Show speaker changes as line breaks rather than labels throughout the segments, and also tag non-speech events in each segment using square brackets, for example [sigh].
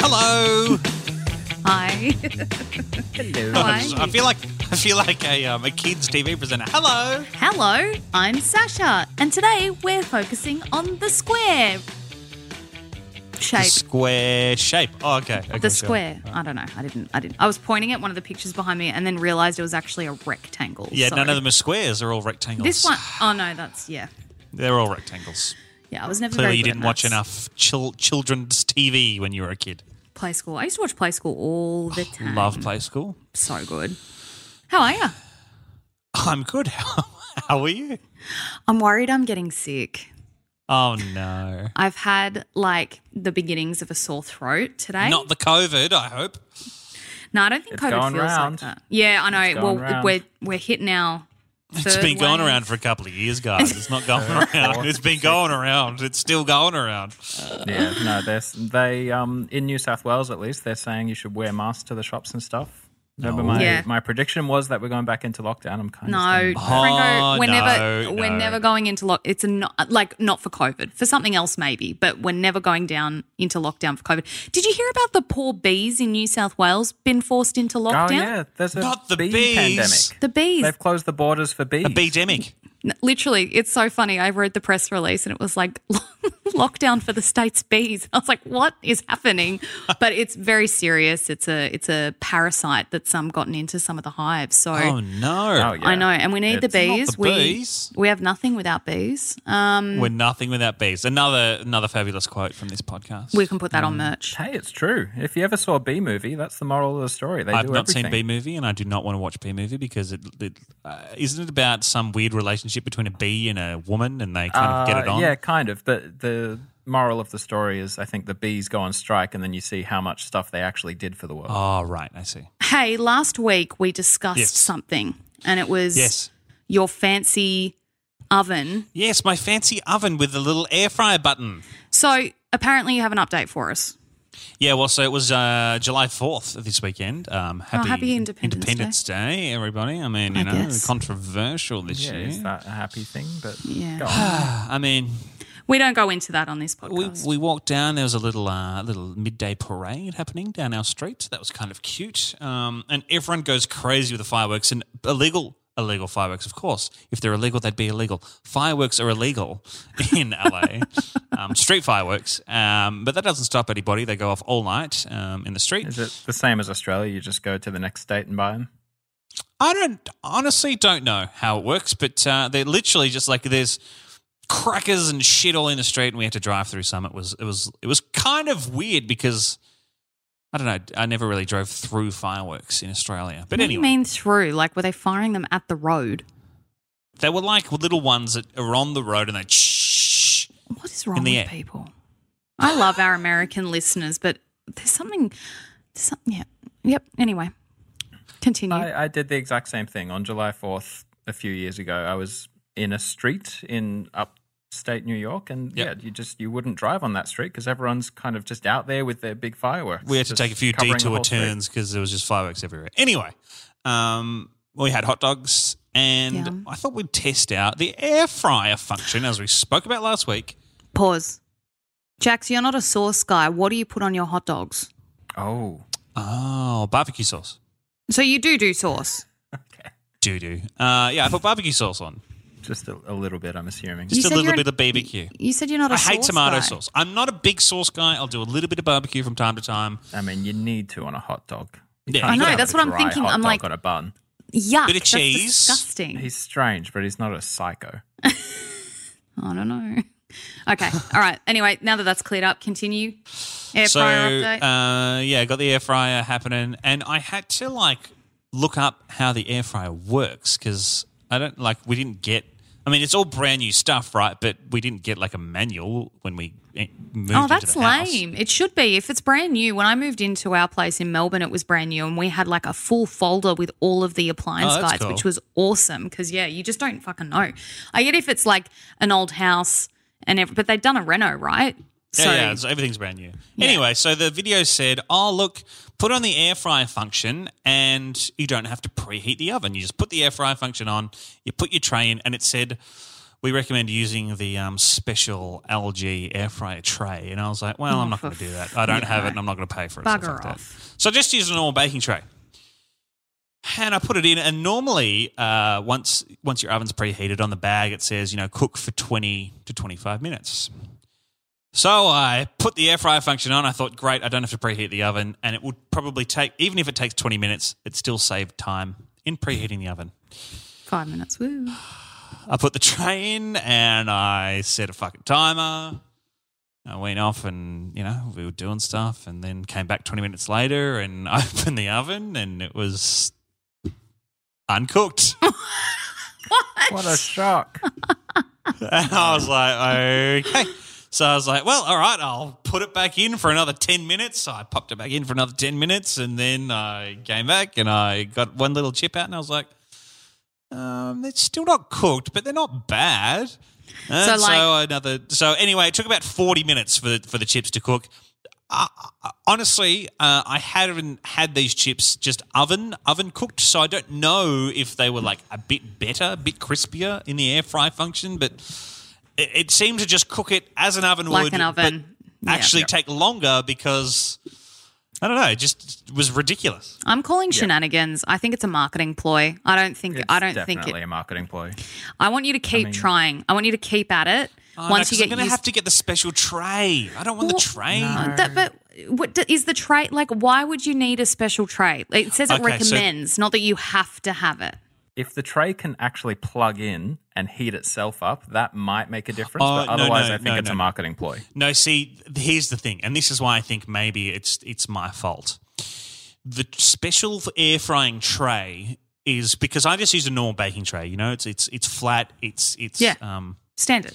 Hello.
Hi. [laughs] Hi.
I feel like I feel like a, um, a kids TV presenter. Hello.
Hello, I'm Sasha, and today we're focusing on the square
The
shape.
square shape. Oh, okay. okay,
The
sure.
square. I don't know. I didn't. I didn't. I was pointing at one of the pictures behind me, and then realized it was actually a rectangle.
Yeah,
so-
none of them are squares. They're all rectangles.
This one oh no, that's yeah.
They're all rectangles.
Yeah, I was never.
Clearly,
very
you
good at
didn't watch
maths.
enough chil- children's TV when you were a kid.
Play school. I used to watch play school all the time.
Oh, Love play school.
So good. How are you?
I'm good. [laughs] How are you?
I'm worried. I'm getting sick.
Oh no.
I've had like the beginnings of a sore throat today.
Not the COVID. I hope.
No, I don't think
It's
COVID
going
feels
round.
like that. Yeah, I know.
It's
well,
going round.
we're we're hitting our.
It's
third
been going
wave.
around for a couple of years, guys. It's not
[laughs]
going around. It's been going around. It's still going around.
Yeah, no, they're, they um in New South Wales at least they're saying you should wear masks to the shops and stuff. Remember my
Yeah.
my prediction was that we're going back into lockdown. I'm kind
No,
of
Oh,
Franco, we're
no,
never we're
no.
never going into lock. It's a not, like not for COVID, for something else maybe, but we're never going down into lockdown for COVID. Did you hear about the poor bees in New South Wales been forced into
Oh
lockdown?
yeah, there's a
Not the
bee
bees.
pandemic.
The bees,
They've closed the borders for bees.
A pandemic.
N- literally, it's so funny. I read the press release and it was like [laughs] lockdown for the state's bees. I was like, what is
[laughs]
happening? But it's very serious. It's a it's a parasite that's um gotten into some of the hives. So
Oh no.
Oh, yeah.
I know, and we need the
It's not
the
bees. we
bees.
we have nothing without bees. Um,
We're nothing without bees. Another another fabulous quote from this podcast.
we can put that
Mm.
on merch.
Hey, it's true. If you ever saw a bee movie, that's the moral of the story. They
I've
do
not
everything.
seen B movie, and I do not want to watch B movie because it, it uh, isn't it about some weird relationship between a bee and a woman, and they kind of get it
Uh,
on.
Yeah, kind of. But the moral of the story is, I think the bees go on strike, and then you see how much stuff they actually did for the world.
Oh right, I see.
Hey, last week we discussed
Yes.
something, and it was
Yes,
your fancy oven.
yes, my fancy oven with the little air fryer button.
So apparently, you have an update for us.
Yeah, well, so it was uh, July fourth this weekend. Um, happy,
Oh, happy Independence
Day. everybody! I mean,
I
you know,
guess.
controversial this
yeah,
year.
is that a happy thing? But
Yeah.
[sighs]
go on. [laughs]
I mean,
We don't go into that on this
we,
podcast.
we walked down. There was a little uh, little midday parade happening down our street. So that was kind of cute. Um, and everyone goes crazy with the fireworks and illegal illegal fireworks, of course. If they're illegal, they'd be illegal. Fireworks are illegal [laughs] in LA. um, street fireworks, um, but that doesn't stop anybody. They go off all night um, in the street.
Is it the same as Australia? You just go to the next state and buy them.
I don't honestly don't know how it works, but uh, they're literally just like there's crackers and shit all in the street, and we had to drive through some. It was it was it was kind of weird because I don't know. I never really drove through fireworks in Australia, but
what do you
anyway,
mean through? Like, were they firing them at the road?
they were like little ones that are on the road and they.
What is wrong
In the air.
with people? I love our American listeners, but there's something, there's something. Yeah. Yep. Anyway, continue.
I, I did the exact same thing on July 4th a few years ago. I was in a street in upstate New York, and
Yep.
yeah, you just you wouldn't drive on that street because everyone's kind of just out there with their big fireworks.
We had to
just
take a few
covering the
detour
whole street.
turns because there was just fireworks everywhere. Anyway, um, we had hot dogs, and
Yeah.
I thought we'd test out the air fryer function as we spoke about last week.
Pause. Jax, you're not a sauce guy. What do you put on your hot dogs?
[laughs]
Oh,
Oh, barbecue sauce.
So you do do sauce.
Doo doo. Uh, yeah, I put barbecue sauce on.
just a, a little bit, I'm assuming.
Just
You
a
said
little
you're
bit
an-
of BBQ.
You said you're not a
I
sauce
hate tomato
guy.
sauce. I'm not a big sauce guy. I'll do a little bit of barbecue from time to time.
I mean, you need to on a hot dog. You
Yeah,
can't
I know,
have
that's
a
what I'm
dry
thinking.
hot
I'm
dog
like-
on a bun.
Yuck.
Bit of
that's
cheese.
disgusting.
He's strange, but he's not a psycho.
I don't know. [laughs] Okay. All right. Anyway, now that that's cleared up, continue. Air
so
fryer update.
Uh, yeah, got the air fryer happening, and I had to like look up how the air fryer works because I don't like we didn't get. I mean, it's all brand new stuff, right? But we didn't get like a manual when we eh, moved.
Oh,
into
that's
the house.
lame. It should be. If it's brand new, when I moved into our place in Melbourne, it was brand new and we had like a full folder with all of the appliance
Oh, that's
guides, which
cool.
was awesome because, yeah, you just don't fucking know. I get if it's like an old house and ev- but they've done a reno, right?
Yeah, yeah, so everything's brand new.
Yeah.
Anyway, so the video said, "Oh, look, put on the air fryer function, and you don't have to preheat the oven. You just put the air fryer function on. You put your tray in, and it said." We recommend using the um, special LG air fryer tray, and I was like, "Well, I'm not
for
going to do that. I don't have it, and I'm not going to pay for it." stuff
Bugger
like that.
off.
So I just use a normal baking tray, and I put it in. And normally, uh, once once your oven's preheated on the bag, it says you know cook for 20 to 25 minutes. So I put the air fryer function on. I thought, great, I don't have to preheat the oven, and it would probably take, even if it takes 20 minutes, it still saved time in preheating the oven.
Five minutes. Woo.
I put the tray in, and I set a fucking timer. I went off, and you know we were doing stuff, and then came back 20 minutes later, and [laughs] opened the oven, and it was uncooked.
What a shock!
And [laughs] I was like, okay. So I was like, well, all right, I'll put it back in for another 10 minutes. So I popped it back in for another 10 minutes and then I came back and I got one little chip out and I was like, um, it's still not cooked, but they're not bad. And so,
like-
another. So anyway, it took about 40 minutes for the, for the chips to cook. Uh, honestly, uh, I haven't had these chips just oven oven cooked, so I don't know if they were like a bit better, a bit crispier in the air fry function. But it, it seemed to just cook it as an oven
Like
would,
an oven.
but
Yeah.
actually take longer because I don't know, it just was ridiculous.
I'm calling shenanigans. I think it's a marketing ploy. I don't think I don't think
definitely
it
a marketing ploy.
I want you to keep trying. I want you to keep at it. Once you
Oh, I'm
get
gonna
used
have to get the special tray. I don't want
Well,
the tray.
Uh, that- but what d- is the tray like? Why would you need a special tray? It says it
Okay, so-
recommends, not that you have to have it.
If the tray can actually plug in and heat itself up, that might make a difference.
Oh,
but
no,
otherwise,
no,
I think
no,
it's
no.
a marketing ploy.
No, see, here's the thing, and this is why I think maybe it's it's my fault. The special air frying tray is because I just use a normal baking tray. You know, it's it's it's flat. It's it's
Yeah.
um
Standard.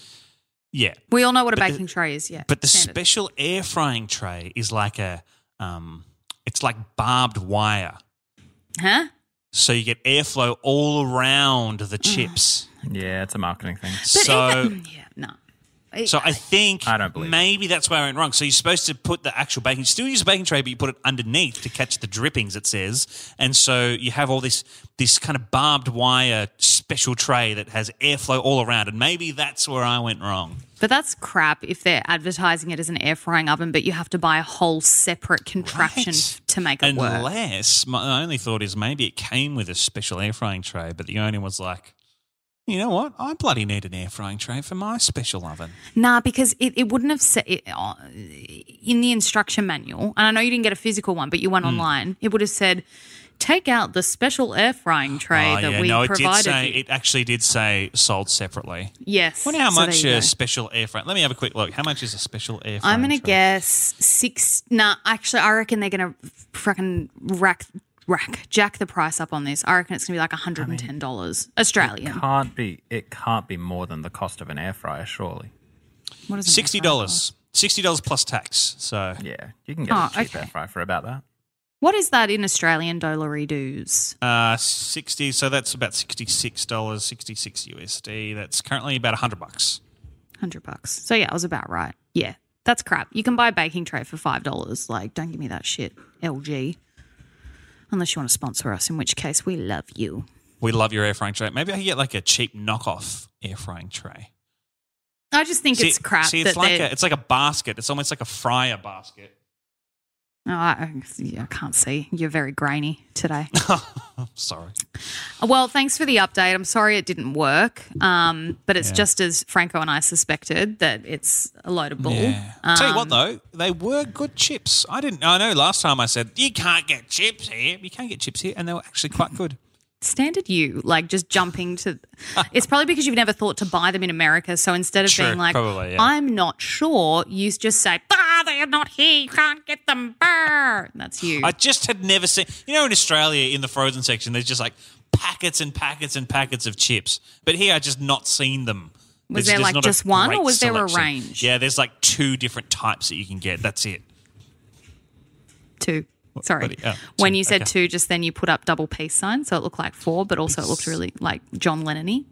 yeah.
We all know what a
But the-
baking tray is, yeah.
But the
standard.
special air frying tray is like a um, it's like barbed wire,
huh?
so you get airflow all around the
Mm.
chips.
Yeah, it's a marketing thing.
so.
yeah, no.
So I think
I don't believe it.
maybe that's where I went wrong. So you're supposed to put the actual baking, still use a baking tray, but you put it underneath to catch the drippings. It says, and so you have all this this kind of barbed wire special tray that has airflow all around, and maybe that's where I went wrong.
But that's crap if they're advertising it as an air frying oven, but you have to buy a whole separate contraption
Right.
to make it work.
Unless my only thought is maybe it came with a special air frying tray, but the owner was like, you know what, I bloody need an air frying tray for my special oven.
Nah, because it, it wouldn't have said it, uh, in the instruction manual, and I know you didn't get a physical one, but you
Hmm.
went online. It would have said, "Take out the special air frying tray that we
Oh, no, it did
provided."
say
you."
it actually did say sold separately.
yes.
wonder how
So there
much
you go.
a special air fryer. Let me have a quick look. How much is a special air fryer?
I'm gonna
tray?
guess six. Nah, actually, I reckon they're gonna fucking rack rack jack the price up on this. I reckon it's gonna be like 110 dollars Australian.
Can't be. It can't be more than the cost of an air fryer, surely.
What is an air
sixty
fryer
dollars. Sixty dollars plus tax. So
Yeah, you can get
Oh,
a cheap air
okay.
fry for about that.
What is that in Australian dollary dues?
uh, sixty. So that's about sixty six dollars, sixty six USD. That's currently about hundred bucks.
100 bucks. So yeah, I was about right. Yeah. That's crap. You can buy a baking tray for $5. Like, don't give me that shit, LG. Unless you want to sponsor us, in which case we love you.
We love your air frying tray. Maybe I can get like a cheap knockoff air frying tray.
I just think it's crap
See, it's
that
like
they're-
a, it's like a basket. It's almost like a fryer basket.
Oh, I, I can't see. You're very grainy today. [laughs]
I'm Oh, sorry.
Well, thanks for the update. I'm sorry it didn't work, um, but it's just as Franco and I suspected that it's a load of bull.
Yeah.
Um,
Tell you what though, they were good chips. I didn't. I know last time I said you can't get chips here. You can't get chips here, and they were actually quite good.
standard you like just
[laughs]
jumping to. it's probably because you've never thought to buy them in America. So instead of
True,
being like,
probably, yeah.
"I'm not sure," you just say, "Ah, they are not here. You can't get them." Brr. That's you.
I just had never seen. You know, in Australia, in the frozen section, there's just like packets and packets and packets of chips. But here, I just not seen them. There's-
Was there,
there's
like,
not a
just one,
great
or was there a
selection.
range?
Yeah, there's like two different types that you can get. That's it.
two. Sorry.
what do you- oh,
when
two,
you said
okay.
two, just then you put up double peace sign, so it looked like four, but also it looked really like John Lennon.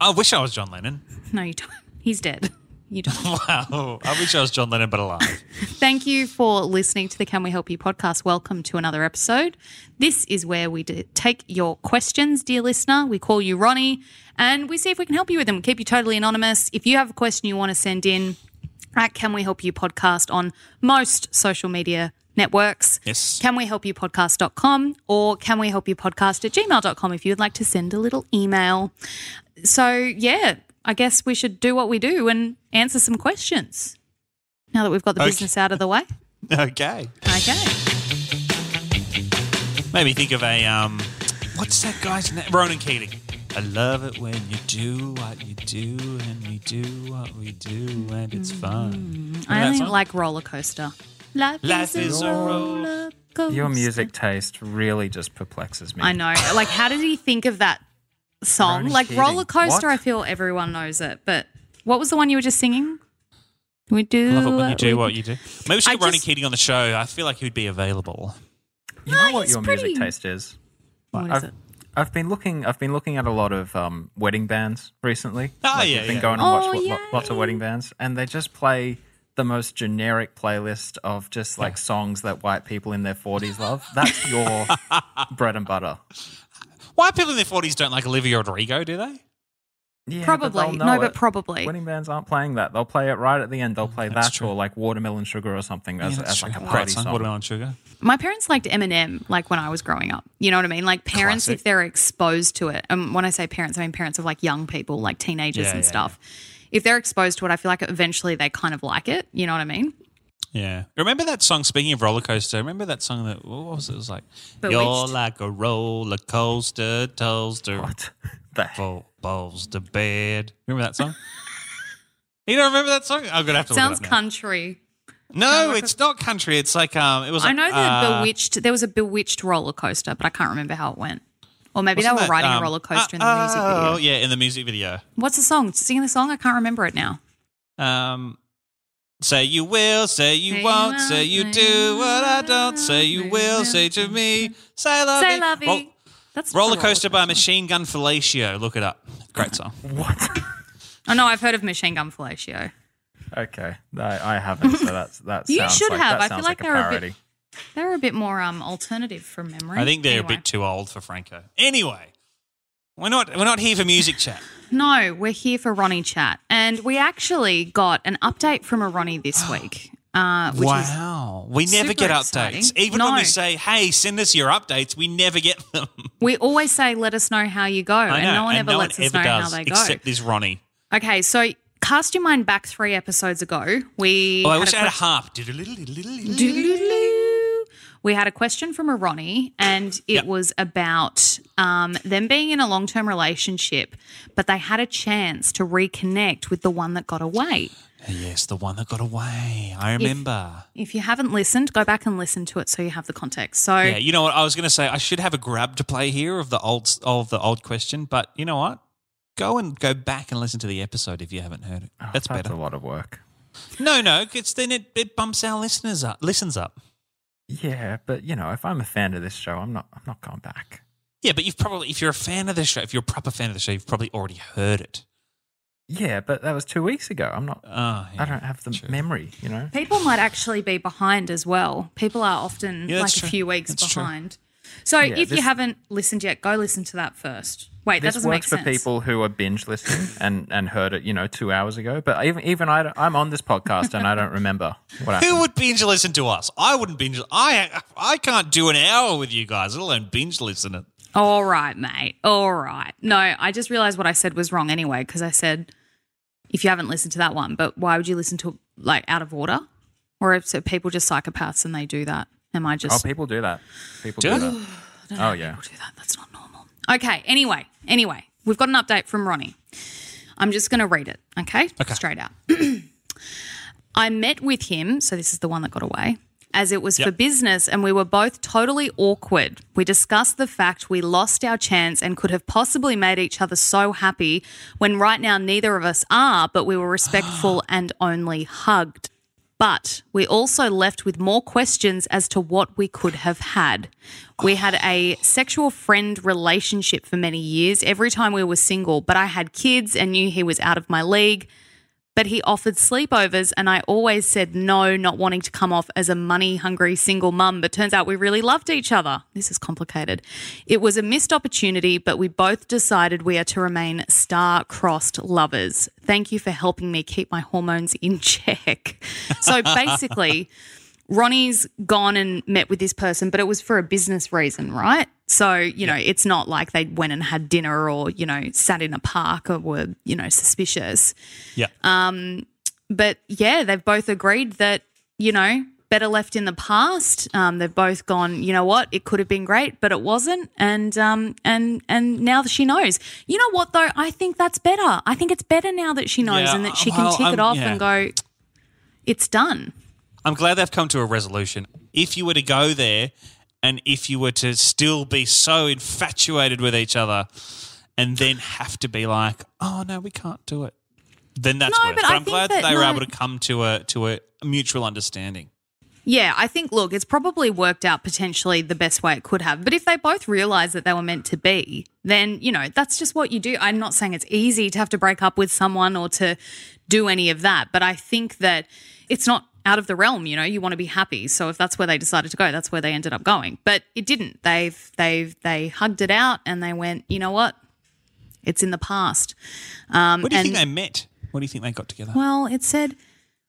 I wish I was John Lennon. [laughs]
No, you don't. [laughs] He's dead. You don't.
Wow, I wish I was John Lennon, but alive.
Thank you for listening to the Can We Help You podcast. Welcome to another episode. This is where we d- take your questions, dear listener. We call you Ronnie and we see if we can help you with them. We keep you totally anonymous. If you have a question you want to send in at Can We Help You podcast on most social media networks,
Yes.
can we help you podcast.com or can we help you podcast at gmail.com if you would like to send a little email. So, yeah, I guess we should do what we do and answer some questions now that we've got the
Okay.
business out of the way.
[laughs] okay, [laughs]
Okay.
made me think of a um, what's that guy's name? Ronan Keating. I love it when you do what you do, and we do what we do, and it's fun.
Mm. I only
song?
like roller coaster. Life,
Life is a roller
coaster.
Your music taste really just perplexes me.
I know. Like, how did he think of that song?
Ronnie
like,
Keating.
roller coaster,
What?
I feel everyone knows it. But what was the one you were just singing? We do.
I love it when you
we
do what you do. Maybe we should
I
get Ronnie
just-
Keating on the show. I feel like he would be available.
You know
No,
what
he's
your
pretty-
music taste is.
What is
I've,
it?
I've been looking. I've been looking at a lot of um, wedding bands recently.
Oh,
Like,
yeah,
I've been
yeah.
going and
Oh,
watch lo- lo- lots of
yay.
wedding bands, and they just play the most generic playlist of just like songs that white people in their forties love.
[laughs]
That's your bread and butter.
Why people in their forties don't like Olivia Rodrigo? Do they?
Yeah, but they'll
Probably.
know
No, but
it.
probably.
Wedding bands aren't playing that. They'll play it right at the end. They'll play
Mm, That's
that
true.
or like Watermelon Sugar or something as,
Yeah, that's
as
true.
like a
Great
party
song,
song.
Watermelon Sugar.
My parents liked Eminem like when I was growing up. You know what I mean? Like parents,
Classic.
if they're exposed to it, and when I say parents, I mean parents of like young people, like teenagers
Yeah,
and
yeah,
stuff. If they're exposed to it, I feel like eventually they kind of like it. You know what I mean?
Yeah. Remember that song? Speaking of roller coaster, remember that song that what was it? It was like
Bewitched.
you're like a roller coaster, toaster,
[laughs] What the heck?
ball, balls to bed. Remember that
[laughs]
song? you don't remember that song? I'm gonna have to.
Sounds
look it up
country.
now. No, it's not country. It's like um, it was.
I
like,
know the
uh,
bewitched. There was a bewitched roller coaster, but I can't remember how it went. Or maybe they
wasn't
were
that,
riding
um,
a roller coaster in the
uh,
music video.
Oh yeah, in the music video.
What's the song? Sing the song. I can't remember it now.
Um, say you will, say you
Say you
won't,
won't,
say you
say
do
you
what I
won't,
don't, say you
say you
will,
don't,
say to
say
me, say lovey.
Say lovey.
Roll-
That's
roller
a
Coaster by Machine Gun Fellatio. Look it up. Great song.
What?
Oh no, I've heard of Machine Gun Fellatio.
Okay, no, I haven't. So that's
[laughs]
that.
You
sounds
should
like,
have.
That
I feel
sounds
like
like
they're
a
a bit-
parody.
They're a bit more um alternative from memory.
I think they're
Anyway.
a bit too old for Franco. Anyway, we're not we're not here for music chat.
No, we're here for Ronnie chat, and we actually got an update from a
[gasps]
Ronnie this week, uh, [laughs] which is
wow, we never
super
get
exciting.
updates. Even when we
No.
say, "Hey, send us your updates," we never get them.
we always say, "Let us know how you
[laughs]
go,"
I
and
know,
no one ever
no
lets
one
us
ever
know
does,
how they go.
except this Ronnie.
okay, so cast your mind back three episodes ago. We
Oh, I
had
wish
a
I had a
question-
harp.
Doodle-doo. We had a question from a Ronnie, and it
Yep.
was about um, them being in a long term relationship, but they had a chance to reconnect with the one that got away.
Yes, the one that got away. I remember.
If you haven't listened, go back and listen to it so you have the context. So,
Yeah, you know what? I was going to say I should have a grab to play here of the old of the old question, but you know what? Go and go back and listen to the episode if you haven't heard it.
Oh,
that's, better.
a lot of work.
No, no, it's then it, it bumps our listeners up, listens up.
Yeah, but you know, if I'm a fan of this show, I'm not. I'm not going back.
Yeah, but you've probably if you're a fan of the show, if you're a proper fan of the show, you've probably already heard it.
Yeah, but that was two weeks ago. I'm not.
Oh, yeah,
I don't have the
true.
memory. You know.
People might actually be behind as well. People are often
Yeah,
like
that's
a
true.
few weeks
That's true.
behind. So
Yeah,
if you
this-
haven't listened yet, go listen to that first. Wait,
this
that doesn't make
works
sense.
for people who are binge listening and, and heard it, you know, two hours ago. But even even I, don't- I'm on this podcast and I don't remember what happened.
Who would binge listen to us? I wouldn't binge. I I can't do an hour with you guys, let alone binge listen it.
All right, mate. All right. No, I just realized what I said was wrong anyway because I said if you haven't listened to that one, but why would you listen to like out of order? Or if so people just psychopaths and they do that? Am I
oh,
just
people do that. People
Do
do,
it.
[gasps]
that. Oh yeah.
do that. That's not normal. Okay. Anyway, anyway, we've got an update from Ronnie. I'm just going to read it. Okay.
Okay.
Straight out. [clears throat] I met with him. So this is the one that got away. As it was
Yep.
for business, and we were both totally awkward. We discussed the fact we lost our chance and could have possibly made each other so happy when right now neither of us are, but we
[gasps]
were respectful and only hugged. But we also left with more questions as to what we could have had. We had a sexual friend relationship for many years every time we were single, but I had kids and knew he was out of my league. But he offered sleepovers, and I always said no, not wanting to come off as a money hungry single mum. But turns out we really loved each other. This is complicated. It was a missed opportunity, but we both decided we are to remain star crossed lovers. Thank you for helping me keep my hormones in [laughs] check. So basically, Ronnie's gone and met with this person, but it was for a business reason, right? So, you know, it's not like they went and had dinner or, you know, sat in a park or were, you know, suspicious
Yeah.
but yeah, they've both agreed that you know better left in the past. Um, they've both gone, you know what, it could have been great, but it wasn't, and um, and and now she knows. You know what though, I think that's better. I think it's better now that she knows
Yeah, uh,
and that she
well,
can tick
I'm-
it off
yeah.
and go, it's done.
I'm glad they've come to a resolution. If you were to go there and if you were to still be so infatuated with each other and then have to be like, oh no, we can't do it, then that's
No,
worse.
but I
I'm
think
glad
that-
they were
no.
able to come to a to a mutual understanding.
Yeah, I think look, it's probably worked out potentially the best way it could have. But if they both realize that they were meant to be, then, you know, that's just what you do. I'm not saying it's easy to have to break up with someone or to do any of that, but I think that it's not out of the realm, you know, you want to be happy. So if that's where they decided to go, that's where they ended up going. But it didn't. They've they've they hugged it out and they went, you know what? It's in the past. Um
Where do you think
and-
they met? What do you think they got together?
well, it said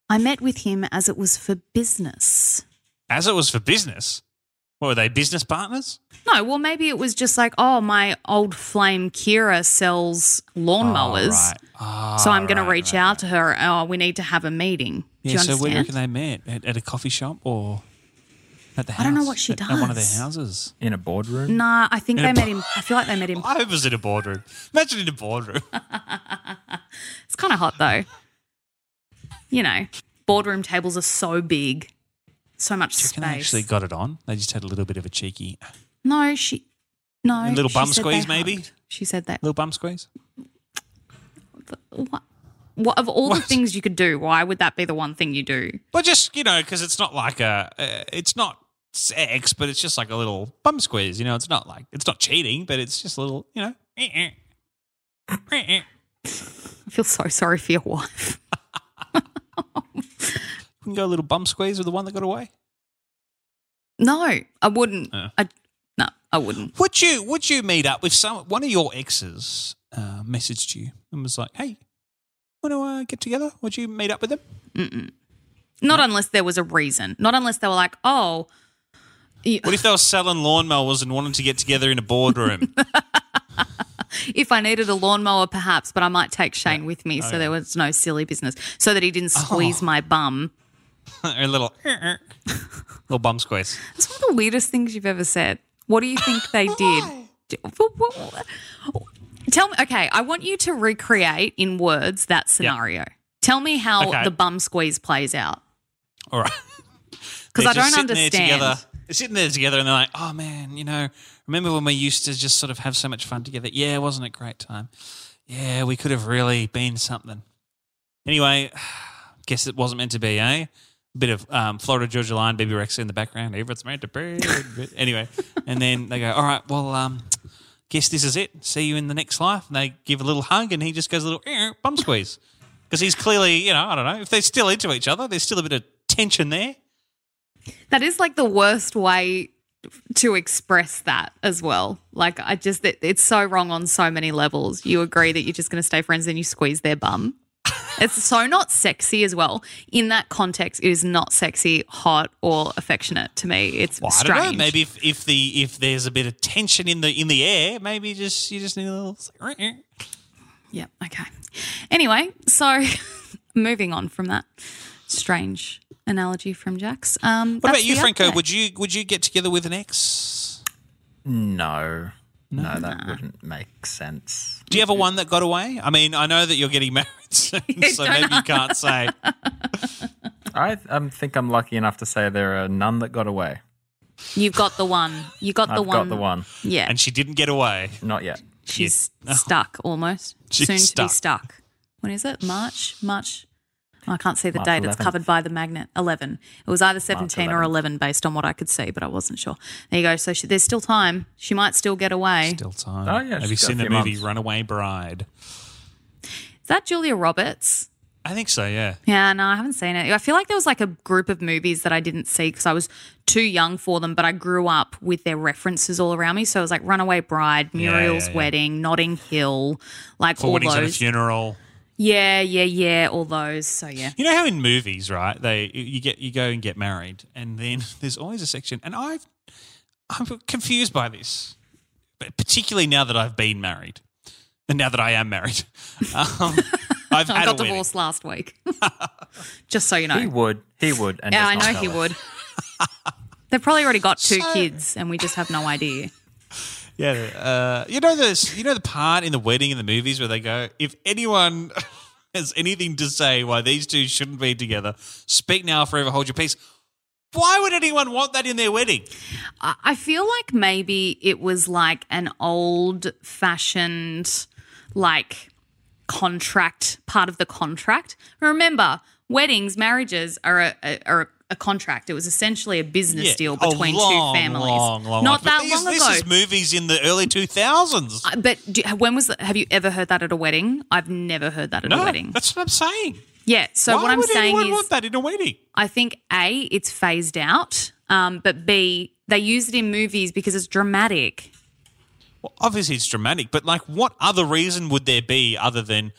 I met with him as it was for business.
As it was for business, what were they, business partners?
No, well, maybe it was just like, oh, my old flame Kira sells lawnmowers.
right. Ah,
So I'm going to
right,
reach
right,
out to her. Oh, we need to have a meeting.
Yeah,
Do you
so where do you reckon
understand?
they met? At, at a coffee shop or at the house?
I don't know what she
at, At one of their
does.
houses.
In a
Mm.
boardroom.
nah, I think
In
they
a
met
bar-
him. I feel like they met him.
[laughs] I was in a boardroom. Imagine in a boardroom.
[laughs] It's kind of hot though. You know, boardroom tables are so big, so much
Do you reckon
space.
they actually got it on? They just had a little bit of a cheeky
no, she. No,
A little
she
bum
said they
squeeze, maybe?
hugged. She said that.
little bum squeeze.
What? What of all the
What?
things you could do? Why would that be the one thing you do?
But just you know, because it's not like a, uh, it's not sex, but it's just like a little bum squeeze. You know, it's not like it's not cheating, but it's just a little, you know. eh, eh. Eh, eh.
I feel so sorry for your wife.
We can go a little bum squeeze with the one that got away.
No, I wouldn't.
Oh.
I no, I wouldn't.
Would you would you meet up with some one of your exes uh, messaged you and was like, "Hey, want to uh, get together? Would you meet up with them?"
Not unless there was a reason. Not unless they were like, oh, y-
What if they were selling lawnmowers and wanted to get together in a boardroom?
if I needed a lawnmower, perhaps, but I might take Shane with me, so there was no silly business, so that he didn't squeeze my bum.
[laughs] a little, eh, eh. [laughs] little bum squeeze.
That's one of the weirdest things you've ever said. What do you think [laughs] they did? Do- wh- wh- wh- Tell me. Okay, I want you to recreate in words that scenario. Tell me how
Okay.
the bum squeeze plays out.
All right. They're
'Cause I
uh, just sitting
don't
There
understand.
together, they're sitting there together and they're like, oh man, you know, remember when we used to just sort of have so much fun together? Yeah, wasn't it a great time? Yeah, we could have really been something. Anyway, [sighs] Guess it wasn't meant to be, eh? Bit of um, Florida Georgia Line, Baby Rex in the background. If it's meant to be. But anyway, and then they go, all right, well, um, guess this is it. See you in the next life. And they give a little hug, and he just goes a little "Eh," bum squeeze. Because he's clearly, you know, I don't know, if they're still into each other, there's still a bit of tension there.
That is like the worst way to express that as well. Like I just it, it's so wrong on so many levels. You agree that you're just going to stay friends and you squeeze their bum. It's so not sexy as well. In that context, it is not sexy, hot, or affectionate to me. It's
Well, I
strange.
don't know. Maybe if, if the if there's a bit of tension in the in the air, maybe you just you just need a little. "Eh, eh."
Yep. Okay. Anyway, so [laughs] moving on from that strange analogy from Jax. Um,
What about you, Franco? Would you would you get together with an ex?
No. No, that wouldn't make sense.
Do you have a one that got away? I mean, I know that you're getting [laughs] married soon, so maybe you can't [laughs] say.
I um, think I'm lucky enough to say there are none that got away.
You've got the one. You got
I've
the one.
got the one.
Yeah.
And she didn't get away.
Not yet.
She's [laughs] stuck almost.
[laughs] She's
Soon to be
stuck.
stuck. When is it? March? March. oh, I can't see the
March
date. It's
11th.
covered by the magnet. 11. It was either 17 or
11th.
11 based on what I could see, but I wasn't sure. There you go. So she, there's still time. She might still get away.
Still time.
Oh, yeah,
Have you
she's got
seen
a
the
few
movie
months.
Runaway Bride?
Is that Julia Roberts?
I think so. Yeah.
Yeah, no, I haven't seen it. I feel like there was like a group of movies that I didn't see because I was too young for them, but I grew up with their references all around me. So it was like Runaway Bride,
yeah,
Muriel's
yeah.
Wedding, Notting Hill, like
For
all
weddings and a
those.
funeral.
Yeah, yeah, yeah, all those. So yeah.
You know how in movies, right? They you get you go and get married, and then [laughs] there's always a section, and I I'm confused by this, but particularly now that I've been married, and now that I am married, [laughs] um, I've
[laughs] I
had
got
a wedding.
divorced last week. [laughs] Just so you
He
know.
would. He would. And
Yeah,
does
I know
not tell
he
us.
[laughs] would. They've probably already got two
So-
kids and we just have no idea.
Yeah, uh, you know this. You know the part in the wedding in the movies where they go, if anyone [laughs] has anything to say why these two shouldn't be together, speak now, forever hold your peace. Why would anyone want that in their wedding?
I I feel like maybe it was like an old fashioned, like contract part of the contract. Remember, weddings, marriages are a, a are a contract. It was essentially a business
Yeah,
deal
a
between
long,
two families.
Long, long life.
Not
But
that
these-
long
this
ago.
is movies in the early two thousands.
Uh, But do, when was the, have you ever heard that at a wedding? I've never heard that at
No,
a [laughs] wedding.
that's what I'm saying.
Yeah. So
Why
what I'm
would
saying
anyone
is,
want that in a wedding?
I think a it's phased out, um, but b they use it in movies because it's dramatic.
Well, obviously it's dramatic, but like, what other reason would there be other than?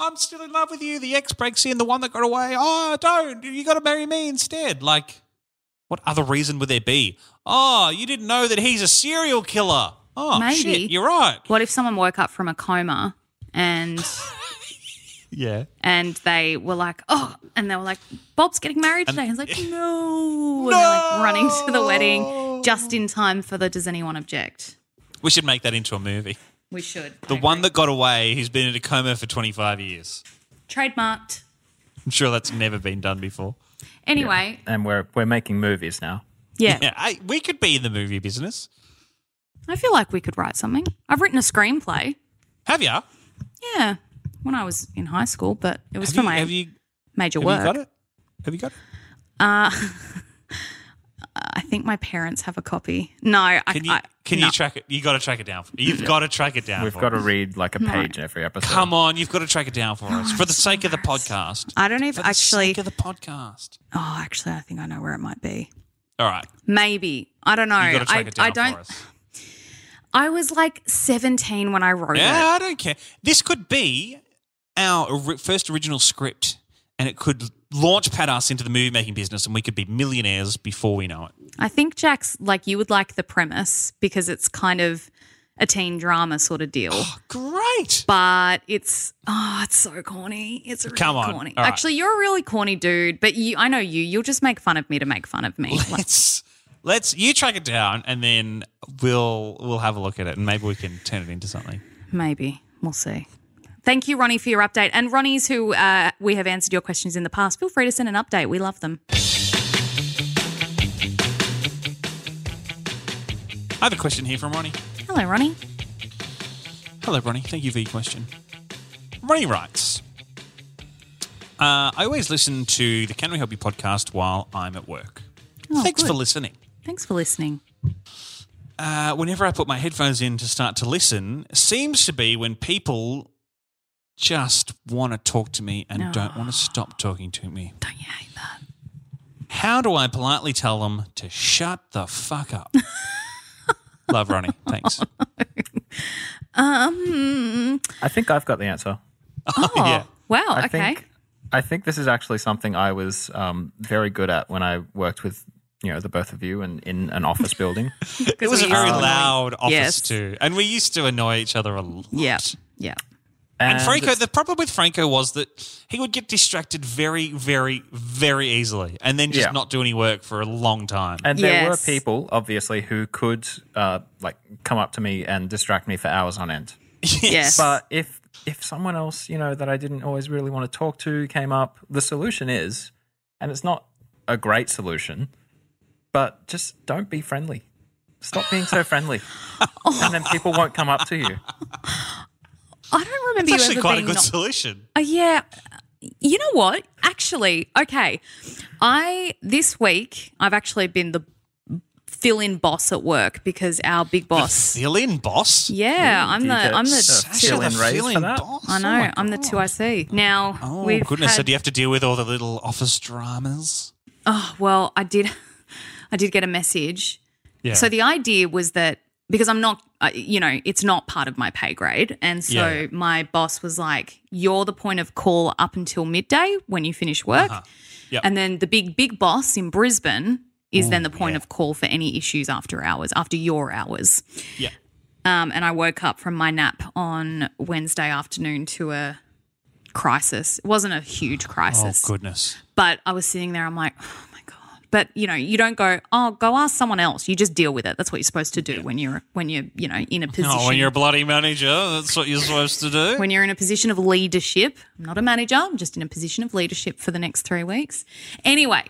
I'm still in love with you. The ex breaks in, the one that got away. Oh, don't. You got to marry me instead. Like, what other reason would there be? Oh, you didn't know that he's a serial killer. Oh,
Maybe.
shit. You're right.
What if someone woke up from a coma and
Yeah.
and they were like, oh, and they were like, Bob's getting married today. And it's like, no, and they're like running to the wedding just in time for the. Does anyone object?
We should make that into a movie.
We should.
The one that got away who's been in a coma for 25 years.
trademarked.
I'm sure that's never been done before.
Anyway,
And we're we're making movies now.
yeah.
Yeah, I, we could be in the movie business.
I feel like we could write something. I've written a screenplay.
Have ya?
Yeah, when I was in high school, but it was
Have
for
you?
my
Have you?
major
Have you
work.
got it? Have you got it?
Uh, [laughs] I think my parents have a copy. No, I
Can you?
I,
can
no.
you track it? You got to track it down. For, you've got to track it down.
We've
for
got to
us.
read like a
Hmm.
page every episode.
Come on, you've got to track it down for us for the sake of the podcast.
I don't even
For the
actually.
sake of the podcast.
Oh, actually, I think I know where it might be.
All right,
Maybe I don't know.
you got to track
I,
it down
I don't.
for us.
I was like seventeen when I wrote
Yeah,
it.
I don't care. This could be our ori- first original script, and it could launch pat us into the movie making business, and we could be millionaires before we know it.
I think Jack's like you would like the premise because it's kind of a teen drama sort
[sighs]
of deal,
Great.
but it's oh, it's so corny. It's really
Come on.
corny.
All right.
Actually, you're a really corny dude, but you, I know you. You'll just make fun of me to make fun of
[laughs]
me. Like,
let's let's you track it down and then we'll we'll have a look at it and maybe we can turn it into something.
Maybe. We'll see. Thank you, Ronnie, for your update. And Ronnie's who uh, we have answered your questions in the past. Feel free to send an update. We love them.
I have a question here from Ronnie.
Hello, Ronnie.
Hello, Ronnie. Thank you for your question. Ronnie writes Uh, I always listen to the Can We Help You podcast while I'm at work.
Oh,
Thanks
good.
for listening.
Thanks for listening.
Uh, whenever I put my headphones in to start to listen, seems to be when people just want to talk to me and don't want to
Ah.
stop talking to me.
Don't you hate that?
How do I politely tell them to shut the fuck
[laughs]
up? Love Ronnie. Thanks.
Um.
I think I've got the answer.
Oh,
[laughs] Yeah.
wow.
I
okay.
think I think this is actually something I was um, very good at when I worked with you know the both of you and in
[laughs]
an office building.
It was a
we used
very
to annoy-
loud office
Yes.
too, and we used to annoy each other a lot.
Yeah. Uh, Yeah.
And, Franco, the problem with Franco was that he would get distracted very, very, very easily, and then just
Yeah.
not do any work for a long time. [laughs]
Uh,
And there
Yes.
were people, obviously, who could uh, like come up to me and distract me for hours on end.
Yes.
But if if someone else, you know, that I didn't always really want to talk to came up, the solution is, and it's not a great solution, but just don't be friendly. Stop being so friendly, and then people won't come up to you.
I don't remember
it's
you
actually
ever
quite a
being
good
not-
solution.
Uh, yeah. You know what? Actually, okay. I this week I've actually been the fill-in boss at work because our big [laughs] boss.
Fill in, boss.
yeah, I'm
Do you
the
get
I'm
a
the
Sasha,
two,
fill-in
the
raise
fill-in
for that?
boss.
I
Oh
know
my
I'm the two
God.
I see now.
Oh
we've
goodness! so
had-
do you have to deal with all the little office dramas?
Oh well, I did. [laughs] I did get a message.
Yeah.
So the idea was that because I'm not, uh, you know, it's not part of my pay grade, and so
Yeah, yeah.
my boss was like, "You're the point of call up until midday when you finish work."
Uh-huh. Yep.
And then the big, big boss in Brisbane is then the point of call for any issues after hours, after your hours.
yeah.
Um, and I woke up from my nap on Wednesday afternoon to a crisis. It wasn't a huge
Oh
crisis,
goodness.
but I was sitting there, I'm like, oh my God. But you know, you don't go, oh, go ask someone else. You just deal with it. That's what you're supposed to do when you're when you're, you know, in a
[laughs]
position
Oh, when you're a bloody manager, that's what you're supposed to do.
when you're in a position of leadership. I'm not a manager, I'm just in a position of leadership for the next three weeks. Anyway,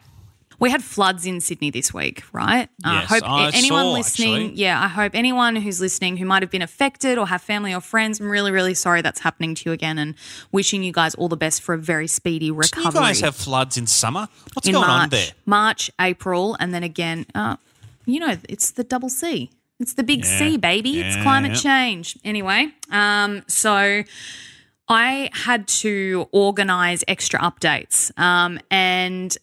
we had floods in Sydney this week, right?
Yes,
hope
I
anyone
saw,
listening,
actually.
yeah, I hope anyone who's listening who might have been affected or have family or friends, I'm really, really sorry that's happening to you again and wishing you guys all the best for a very speedy recovery.
you guys have floods in summer. What's
in
going
March,
on there?
March, April, and then again, uh, you know, it's the double C. It's the big C, baby. it's
Yeah,
climate
yeah.
change. Anyway, um, so I had to organize extra updates. Um, and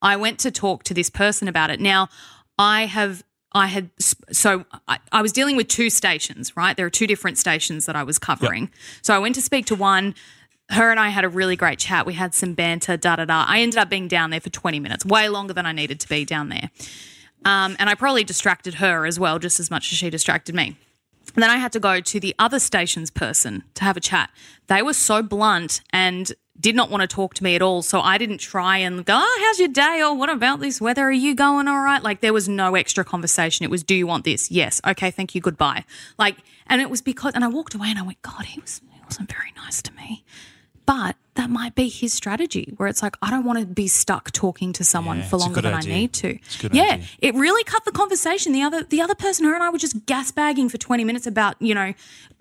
I went to talk to this person about it. Now, I have. I had so I, I was dealing with two stations, right? There are two different stations that I was covering. So I went to speak to one her and I had a really great chat. We had some banter, da da da. I ended up being down there for 20 minutes, way longer than I needed to be down there. Um, and I probably distracted her as well, just as much as she distracted me. And then I had to go to the other station's person to have a chat. They were so blunt and did not want to talk to me at all. So I didn't try and go, oh, how's your day? Or what about this weather? Are you going all right? Like there was no extra conversation. It was, do you want this? Yes. Okay. Thank you. Goodbye. Like, and it was because, and I walked away and I went, God, he, was, he wasn't very nice to me. But that might be his strategy where it's like, I don't want to be stuck talking to someone
Yeah,
for
it's a
longer
good
than
idea.
I need to.
It's a good
yeah,
idea.
it really cut the conversation. The other the other person, her and I were just gasbagging for 20 minutes about, you know,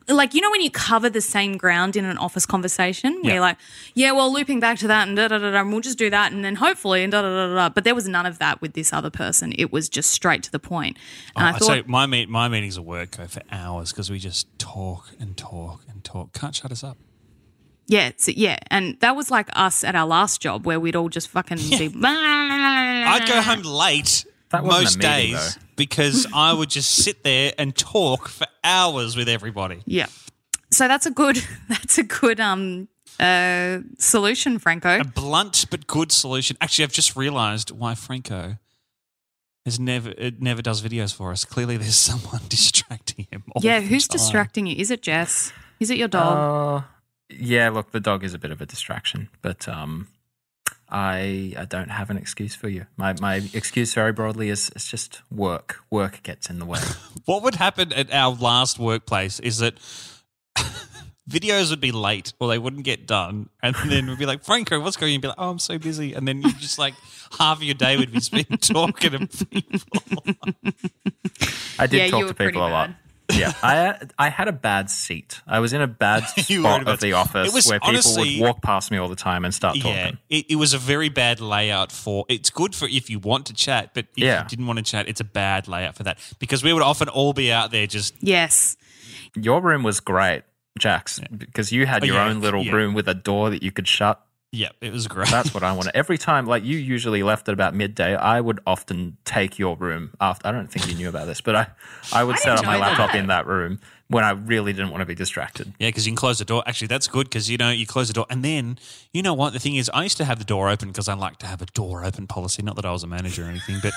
like you know when you cover the same ground in an office conversation, we
Yeah.
are like, yeah, well, looping back to that and da da da da, and we'll just do that and then hopefully and da da da da. da. But there was none of that with this other person. It was just straight to the point. And I
Oh, I
thought,
say my meet, my meetings at work go for hours because we just talk and talk and talk. Can't shut us up.
yeah, it's, yeah, and that was like us at our last job where we'd all just fucking be. [laughs] I'd
I'd
Ah.
go home late
That wasn't a
most
meeting,
days
though.
because I would just sit there and talk for hours with everybody.
Yeah. So that's a good [laughs] that's a good um uh solution, Franco.
A blunt but good solution. Actually, I've just realised why Franco has never it never does videos for us. Clearly, there's [laughs] someone distracting him. all
Yeah,
the
who's
time.
distracting you? Is it Jess? Is it your dog?
Uh, yeah, look, the dog is a bit of a distraction, but um, I I don't have an excuse for you. My my excuse very broadly is it's just work. Work gets in the way.
What would happen at our last workplace is that [laughs] videos would be late or they wouldn't get done. And then we'd be like, Franco, what's going on? You'd be like, oh, I'm so busy. And then you just like half of your day
[laughs]
would be spent [laughs] talking to people.
I did
yeah,
talk
you
to
were pretty
people a lot.
bad.
[laughs]
Yeah, I I had a bad seat. I was in a bad
You were in a
spot
bad
of the
seat.
office
It was
where people
honestly-
would walk past me all the time and start
Yeah,
talking.
it, it was a very bad layout for. It's good for if you want to chat, but if
Yeah.
you didn't want to chat, it's a bad layout for that because we would often all be out there just
Yes.
Your room was great, Jax, because you had
Oh,
your
yeah,
own little
yeah.
room with a door that you could shut.
yeah. It was great.
That's what I wanted. Every time, like you usually left at about midday, I would often take your room after. I don't think you knew about this, but I, I would
I
set up my
enjoy
laptop
that.
in that room when I really didn't want to be distracted.
Yeah, because you can close the door. Actually, that's good because you know you close the door, and then you know what the thing is. I used to have the door open because I like to have a door open policy. Not that I was a manager or anything, but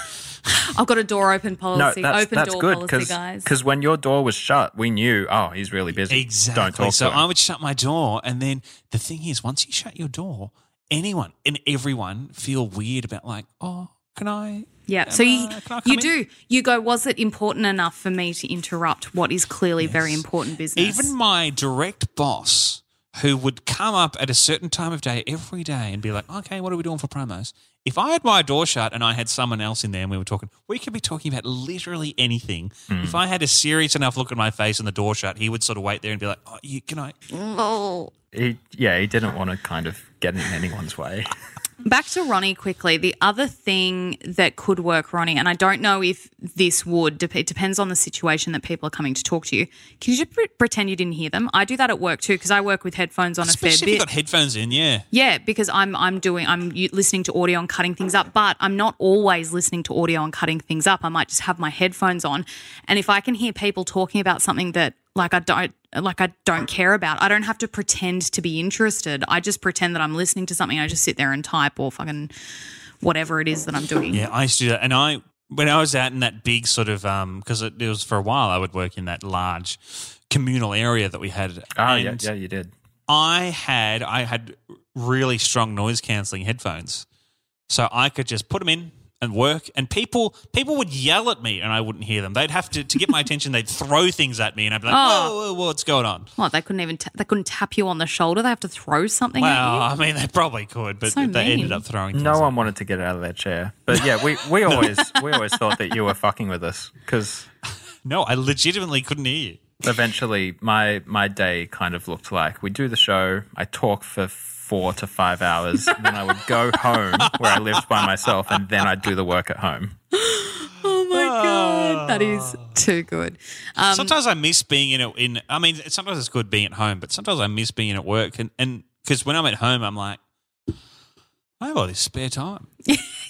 I've got a door open policy,
no, that's,
open
that's
door
good
policy, guys.
because when your door was shut, we knew. Oh, he's really busy.
exactly.
[laughs] Don't talk
so
to him.
I would shut my door, and then the thing is, once you shut your door, anyone and everyone feel weird about like, oh, can I?
yeah.
am
So you,
I- can I come
you
in?
do. You go, was it important enough for me to interrupt what is clearly very important business?
Even my direct boss, who would come up at a certain time of day every day and be like, okay, what are we doing for promos? If I had my door shut and I had someone else in there and we were talking, we could be talking about literally anything.
Hmm.
If I had a serious enough look at my face and the door shut, he would sort of wait there and be like, oh, you, can I?
oh.
he, yeah, he didn't want to kind of get in
[laughs]
anyone's way.
Back to Ronnie quickly. The other thing that could work, Ronnie, and I don't know if this would, dep- it depends on the situation that people are coming to talk to you. Can you just pre- pretend you didn't hear them? I do that at work too because I work with headphones on a fair
Especially if
bit.
you've got headphones in, yeah.
Yeah, because I'm I'm doing I'm u- listening to audio and cutting things up, but I'm not always listening to audio and cutting things up. I might just have my headphones on, and if I can hear people talking about something that like I don't like I don't care about, I don't have to pretend to be interested. I just pretend that I'm listening to something. I just sit there and type or fucking whatever it is that I'm doing.
Yeah, I used to do that. And I, when I was out in that big sort of, because it, it was for a while, I would work in that large communal area that we had.
Ah,
Oh, yeah,
And-
yeah, you did.
I had I had really strong noise cancelling headphones, so I could just put them in and work. And people people would yell at me, and I wouldn't hear them. They'd have to to get my attention. They'd throw things at me, and I'd be like,
Oh.
"Whoa, whoa, whoa what's going on?"
What they couldn't even ta- they couldn't tap you on the shoulder. They have to throw something at
Well,
you.
I mean, they probably could, but
So
they ended
mean.
up throwing. Things
No
at
one wanted to get out of their chair, but
[laughs]
yeah, we, we always we always thought that you were fucking with us because
me. No, I legitimately couldn't hear you.
eventually my my day kind of looked like we do the show, I talk for four to five hours, and then I would go home where I lived by myself, and then I'd do the work at home.
Oh my god, that is too good. Um,
sometimes I miss being in it. In I mean, sometimes it's good being at home, but sometimes I miss being at work. And and because when I'm at home, I'm like, I have all this spare time.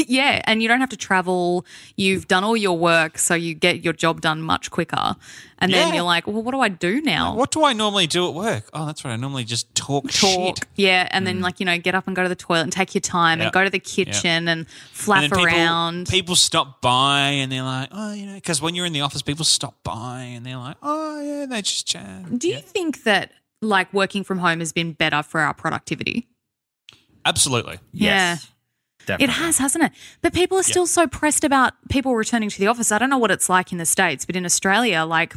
Yeah, and you don't have to travel. You've done all your work, so you get your job done much quicker. And then
Yeah.
you're like, well, what do I do now?
What do I normally do at work? Oh, that's right. I normally just talk,
Oh. Talk.
shit. Mm.
Yeah, and then like you know, get up and go to the toilet and take your time
Yeah.
and go to the kitchen and flap
people,
around.
people stop by and they're like, oh, you know, because when you're in the office, people stop by and they're like, oh, yeah, they just chat.
do you think that like working from home has been better for our productivity?
Absolutely.
Yes, definitely.
It has, hasn't it? But people are still so pressed about people returning to the office. I don't know what it's like in the states, but in Australia, like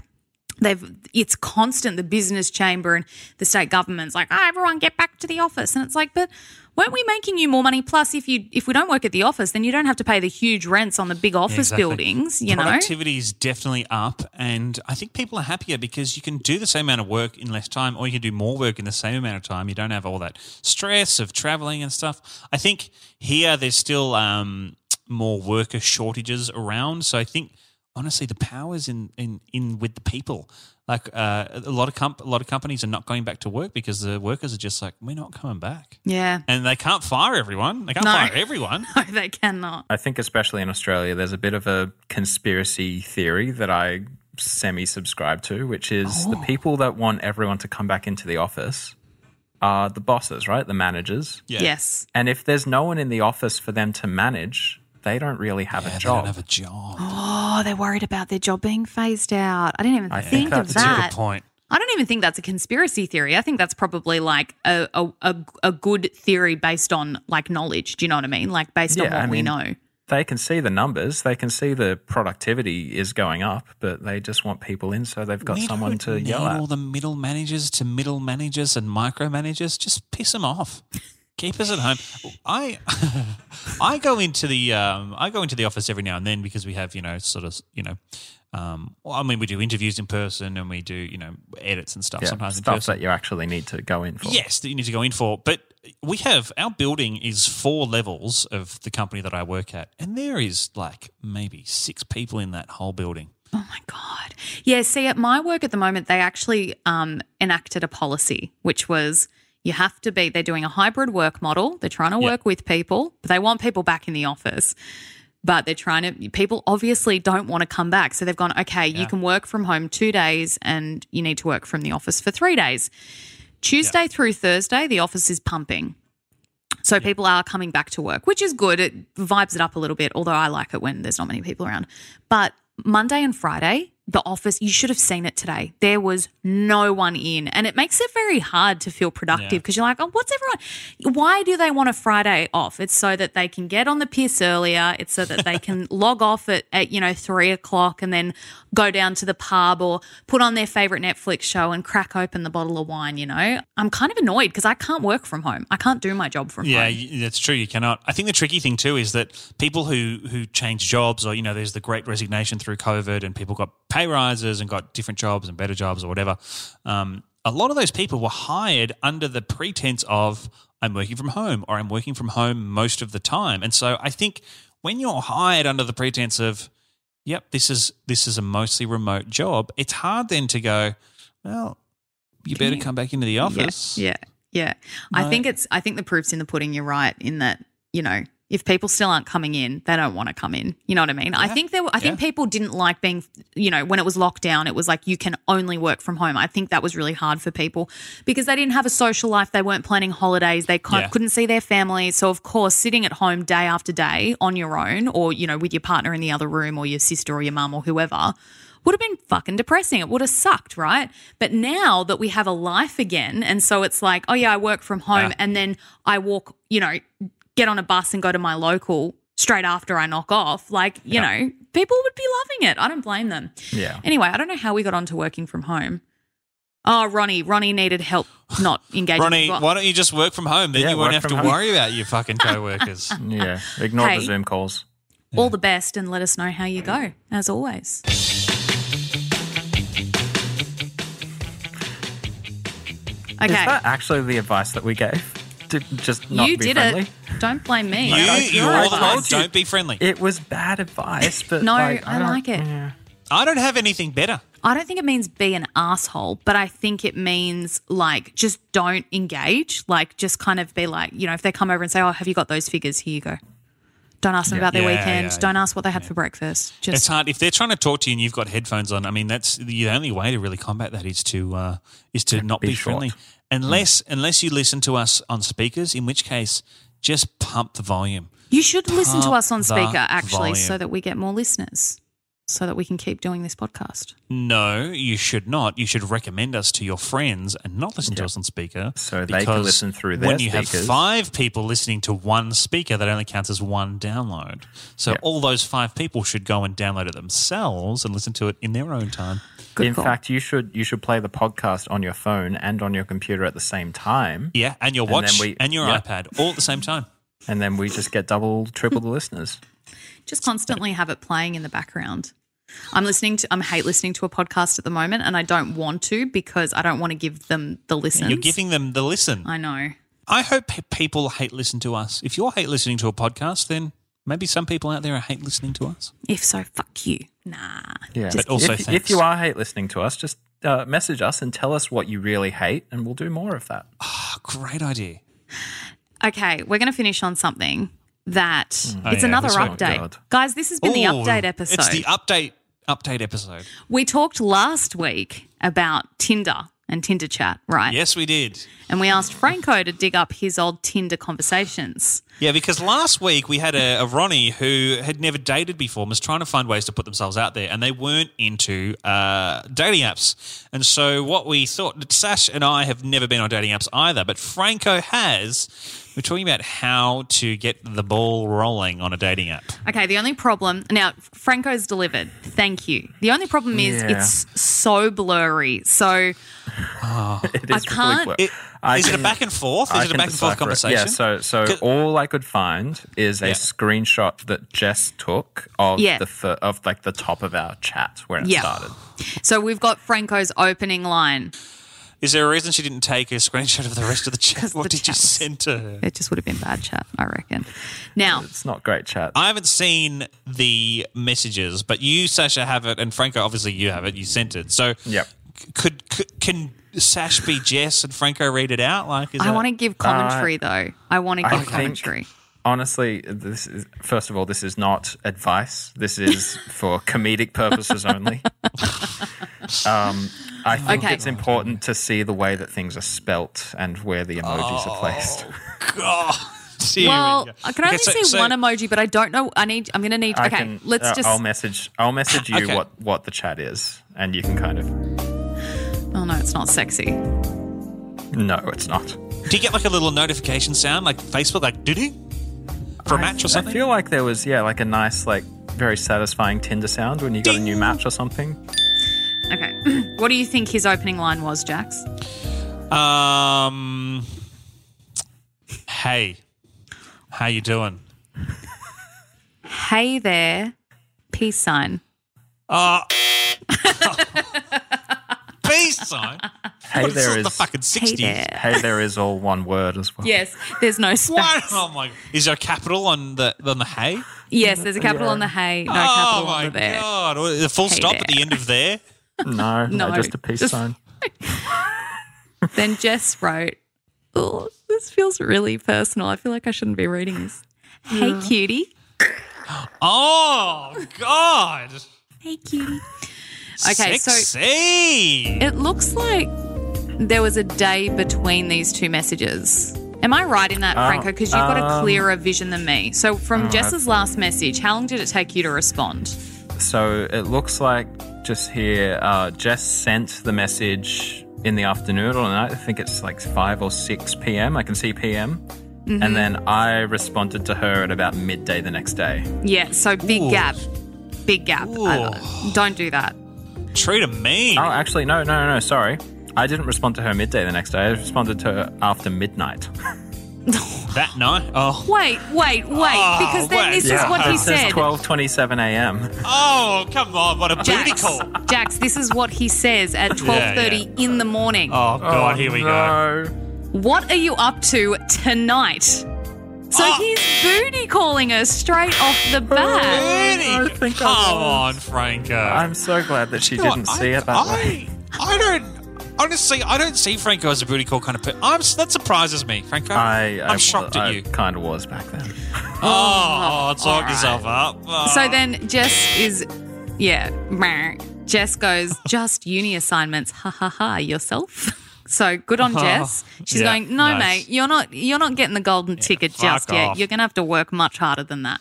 they've it's constant. The business chamber and the state government's like, "Ah, everyone get back to the office," and it's like, but. Weren't we making you more money? Plus, if you if we don't work at the office, then you don't have to pay the huge rents on the big office
exactly.
buildings. You know,
Productivity is definitely up. And I think people are happier because you can do the same amount of work in less time or you can do more work in the same amount of time. You don't have all that stress of traveling and stuff. I think here there's still um, more worker shortages around. So I think. Honestly, the power's in, in, in with the people. Like uh, a lot of comp- a lot of companies are not going back to work because the workers are just like, we're not coming back,
yeah, [laughs]
and they can't fire everyone. They can't
No.
fire everyone.
no, they cannot.
I think, especially in Australia, there's a bit of a conspiracy theory that I semi subscribe to, which is
Oh.
the people that want everyone to come back into the office are the bosses, right? The managers.
Yes,
And if there's no one in the office for them to manage, they don't really have
Yeah,
a
they
job.
don't have a job.
oh, they're worried about their job being phased out. I didn't even
I
think,
think
of
that's a good
that.
Good point.
I don't even think that's a conspiracy theory. I think that's probably like a a, a, a good theory based on like knowledge. Do you know what I mean? Like based on
Yeah,
what
I
we
mean-
know.
they can see the numbers, they can see the productivity is going up, but they just want people in so they've got
We
someone
don't
to
need
yell
all
at. [laughs]
the middle managers to middle managers and micromanagers. Just piss them off. Keep us at home. I [laughs] I go into the um, I go into the office every now and then because we have you know sort of you know um, well, I mean we do interviews in person and we do you know edits and stuff
Yeah,
sometimes in
stuff
person.
that you actually need to go in for.
Yes, that you need to go in for. But we have our building is four levels of the company that I work at, and there is like maybe six people in that whole building.
Oh my god. Yeah, see at my work at the moment they actually um enacted a policy which was you have to be they're doing a hybrid work model. They're trying to
Yeah.
work with people, but they want people back in the office. But they're trying to people obviously don't want to come back. So they've gone, okay, you can work from home 2 days and you need to work from the office for 3 days. Tuesday through Thursday the office is pumping. So people are coming back to work, which is good. It vibes it up a little bit, although I like it when there's not many people around. But Monday and Friday, the office, you should have seen it today. There was no one in. And it makes it very hard to feel productive because you're like, oh, what's everyone? Why do they want a Friday off? It's so that they can get on the piss earlier. It's so that they can log off at, at, you know, three o'clock and then go down to the pub or put on their favorite Netflix show and crack open the bottle of wine, you know? I'm kind of annoyed because I can't work from home. I can't do my job from
Yeah,
home.
y- that's true. You cannot. I think the tricky thing too is that people who who change jobs, or you know, there's the Great Resignation through COVID, and people got pay rises and got different jobs and better jobs or whatever. Um, a lot of those people were hired under the pretense of I'm working from home or I'm working from home most of the time, and so I think when you're hired under the pretense of yep, this is this is a mostly remote job, it's hard then to go, well, you better come back into the office.
Yeah, yeah. I think it's. I think the proof's in the pudding. You're right in that. You know, if people still aren't coming in, they don't want to come in. You know what I mean? I think there. Were, I think people didn't like being. You know, when it was lockdown, it was like you can only work from home. I think that was really hard for people because they didn't have a social life. They weren't planning holidays. They can't,
Yeah.
couldn't see their family. So of course, sitting at home day after day on your own, or you know, with your partner in the other room, or your sister, or your mum, or whoever would have been fucking depressing. It would have sucked, right? But now that we have a life again, and so it's like, oh yeah, I work from home and then I walk, you know, get on a bus and go to my local straight after I knock off. Like, you know, people would be loving it. I don't blame them.
Yeah.
Anyway, I don't know how we got onto working from home. Oh, Ronnie. Ronnie needed help not engaging.
Ronnie,
Well,
why don't you just work from home? Then
Yeah,
you won't have
work
to
from home.
worry about your fucking
[laughs]
co-workers.
Yeah. Ignore
Hey.
the Zoom calls.
all the best and let us know how you go, as always. Okay.
Is that actually the advice that we gave? To just not
you
be
did
friendly?
it. Don't blame me.
you,
Like,
you
no,
all
I
told
told you.
don't be friendly.
It was bad advice,
[laughs]
but
No,
like,
I
don't-
like it.
Yeah.
I don't have anything better.
I don't think it means be an asshole, but I think it means like just don't engage. Like just kind of be like, you know, if they come over and say, "Oh, have you got those figures? Here you go." Don't ask them about their
Yeah,
weekend.
yeah,
don't ask what they had for breakfast.
It's
Just
hard if they're trying to talk to you and you've got headphones on. I mean, that's the only way to really combat that is to uh, is to not be,
be short.
friendly,
Mm.
unless unless you listen to us on speakers, in which case just pump the volume.
you should listen to
Pump
us on speaker
the
actually, so
volume.
that we get more listeners, so that we can keep doing this podcast.
No, you should not. You should recommend us to your friends and not listen to us on speaker.
So they can
because
listen through their
When you have
speakers.
five people listening to one speaker, that only counts as one download. So
Yeah.
all those five people should go and download it themselves and listen to it in their own time.
Good
in
call.
fact, you should you should play the podcast on your phone and on your computer at the same time,
Yeah, and your
And
watch and,
then we-
your
yeah.
iPad all at the same time.
and then we just get double, triple
[laughs]
the listeners.
just constantly have it playing in the background. I'm listening to. I'm hate listening to a podcast at the moment, and I don't want to because I don't want to give them the listens.
You're giving them the listen.
I know.
I hope pe- people hate listen to us. If you hate listening to a podcast, then maybe some people out there hate listening to us.
If so, fuck you. Nah.
Yeah,
But also
if,
thanks.
if you are hate listening to us, just uh, message us and tell us what you really hate, and we'll do more of that.
Oh, great idea.
Okay, we're going to finish on something that
Oh,
it's
yeah,
another
that's right.
update.
God.
Guys, this has been the
Ooh,
update episode.
It's the update update episode.
we talked last week about Tinder and Tinder chat, right?
Yes, we did.
And we asked Franco to dig up his old Tinder conversations.
Yeah, because last week we had a, a Ronnie who had never dated before and was trying to find ways to put themselves out there, and they weren't into uh, dating apps. And so, what we thought, Sash and I have never been on dating apps either, but Franco has. We're talking about how to get the ball rolling on a dating app.
Okay, the only problem now Franco's delivered. thank you. The only problem is
Yeah.
it's so blurry. So
It
I
is really
can't-
blur-
It-
I
is it
can-
a back and forth?
I
Is it a
can
back and forth
decipher it.
conversation?
Yeah, so so
'Cause-
all I could find is a
Yeah.
screenshot that Jess took of
Yeah.
the fir- of like the top of our chat where it
Yeah.
started.
so we've got Franco's opening line.
Is there a reason she didn't take a screenshot of the rest of the chat?
[laughs] 'Cause
What
the
did you
chat was-
send to her?
It just would have been bad chat, I reckon. Now,
It's not great chat.
I haven't seen the messages, but you, Sasha, have it, and Franco, obviously, you have it. You sent it. So,
Yep.
c- could, c can Sash be Jess and Franco read it out? Like, is
I
that-
want to give commentary though. I want to
Uh, I
give
think-
commentary.
Honestly, this is first of all, this is not advice.
[laughs]
This is for comedic purposes only. um, I think
Okay.
it's important to see the way that things are spelt and where the emojis
Oh.
are placed.
[laughs] God. Here we
Well,
go.
I can only
Okay, so-
see
so-
one emoji, but I don't know. I need. I'm going to need.
I
okay,
can,
let's
uh,
just.
I'll message. I'll message you
Okay.
what what the chat is, and you can kind of.
oh no, it's not sexy.
No, it's not.
Do you get like a little notification sound, like Facebook, like doo doo, for a match or
I
something?
feel like there was yeah, like a nice like very satisfying Tinder sound when you got a new match
[laughs]
or something.
Okay, [clears throat] what do you think his opening line was, Jax?
um, hey, how you doing?
Hey there, peace sign.
Uh, [laughs] Peace sign.
Hey,
What is
there
this,
is.
the fucking sixties.
there.
[laughs] hey, there is all one word as well.
Yes, there's
[laughs]
no
What?
space.
Oh my! Is there a capital on the on the hay?
Yes, there's a capital on the hey, no
oh
capital
my
on the there.
god! The full
Hey
stop
there.
at the end of there.
[laughs] No, no,
No,
just a peace
just-
sign.
Then Jess wrote, "Oh, this feels really personal. I feel like I shouldn't be reading this." Hey, cutie.
Oh god!
Hey, cutie. Okay, so-
Sexy.
It looks like there was a day between these two messages. Am I right in that,
Ah,
Franco? Because you've got a
um,
clearer vision than me. So,
uh,
from Jess's last message, how long did it take you to respond?
So it looks like just here, uh, Jess sent the message in the afternoon or night. I think it's like 5 or 6 p.m. I can see p.m. And then I responded to her at about midday the next day.
Yeah, so big
Ooh.
gap. Big gap. I- don't do that.
Treat him mean.
Oh, actually, no, no, no, no, sorry. I didn't respond to her midday the next day. I responded to her after midnight.
that night. Oh.
Wait, wait, wait.
Oh,
because then
wait.
this is
Yeah.
what he
it says
said.
12:27 a.m.
Oh come on! What a booty
Jax,
call.
Jax, this is what he says at 12.30 in the morning.
Oh god! here we go.
What are you up to tonight? So
Ah.
he's booty calling her straight off the
Oh.
bat.
Booty.
I think I
Come on,
was.
Franco.
I'm so glad that she
You know what?
didn't
I-
see it that
I,
way.
I don't. Honestly, I don't see Franco as a booty call kind of person. I'm, that surprises me, Franco.
I, I
am shocked
I
at you.
Kind of was back then.
Oh, oh talk
right.
yourself up. Oh.
So then Jess is, yeah, meh.
[laughs]
Jess goes, just uni assignments, ha ha ha, yourself. [laughs] So good on Jess. She's
Oh, Yeah,
going, no,
nice.
mate, you're not, you're not getting the golden ticket
fuck
just yet.
off.
You're gonna have to work much harder than that.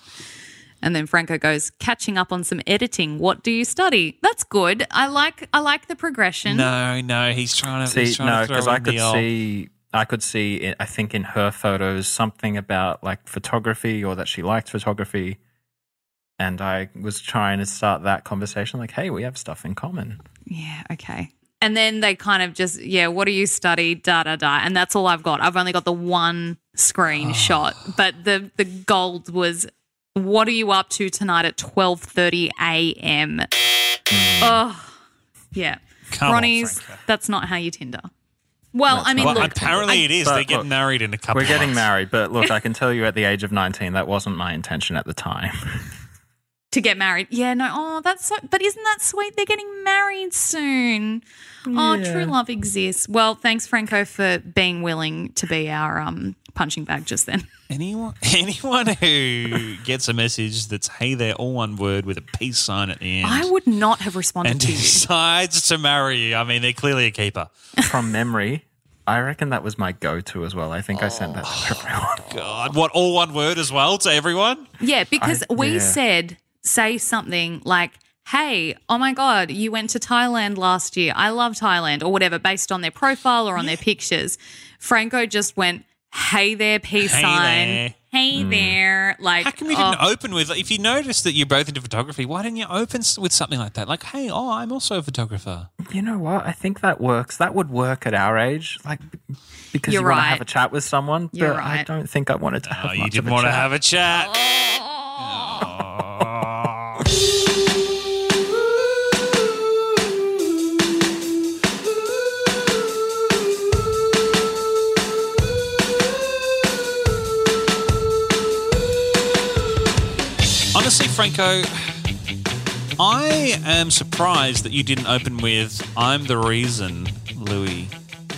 And then Franco goes, catching up on some editing. What do you study? That's good. I like, I like the progression.
no, no, he's trying to. he's
See,
trying
no,
to throw
because I
in the
could
old-
see, I could see, i- I think in her photos something about like photography or that she liked photography, and I was trying to start that conversation like, hey, we have stuff in common.
Yeah, okay. And then they kind of just, yeah, what do you study? Da da da. And that's all I've got. I've only got the one
Ah.
screenshot. But the the gold was what are you up to tonight at twelve thirty AM? Oh yeah.
Mm. Come on,
Ronnie's
Franco.
that's not how you Tinder. Well, I mean
Well,
look
apparently it is.
But
They're getting
look,
married in a couple.
We're getting
months.
married, but look, I can tell you at the age of 19, that wasn't my intention at the time.
to get married. Yeah, no, oh that's so but isn't that sweet? They're getting married soon. Oh, true love exists. Well, thanks, Franco, for being willing to be our um punching bag just then.
Anyone, [laughs] anyone who gets a message that's "Hey there," all one word with a peace sign at the end,
I would not have
and
responded to
[laughs]
you.
decides to marry you. I mean, they're clearly a keeper.
From memory, I reckon that was my go to as well. I think I sent that
Oh.
to everyone. [laughs]
God, what all one word as well to everyone?
Yeah, because
I-
we
yeah.
said say something like, "Hey, oh my god, you went to Thailand last year. I love Thailand," or whatever, based on their profile or on their pictures. Franco just went, "Hey there, peace
Hey
sign."
there. Mm.
hey there, like
How come you
oh,
didn't open with? If you noticed that you're both into photography, why didn't you open s- with something like that? Like, hey, oh, I'm also a photographer.
You know what? I think that works. That would work at our age, like b- because
You're
you want to
right.
have a chat with someone.
You're
but I
right.
don't think I wanted to have.
Oh, you
much of
didn't
a
want to
chat.
have a chat. Honestly, Franco, I am surprised that you didn't open with "I'm the reason Louis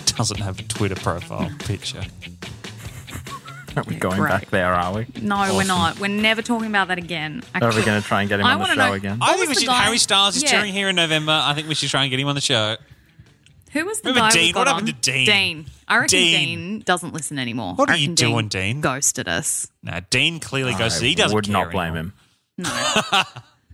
doesn't have a Twitter profile picture."
[laughs] We're going
great.
back there, are we?
No, we're not. We're never talking about that again. I
Are we
can't-
going to try and get him
I
on the
wanna
show
know-
again?
What
I think
was
we
the
should.
guy-
Harry Styles is
Yeah.
touring here in November. I think we should try and get him on the show.
Who was the
Remember
guy we
Dean?
got
What happened
on?
to Dean?
Dean. I reckon
Dean.
Dean, doesn't listen anymore.
What
I
are you
reckon
doing, Dean?
Ghosted us.
Now, Dean clearly goes. He
I
doesn't.
would
care
not blame
anymore.
him.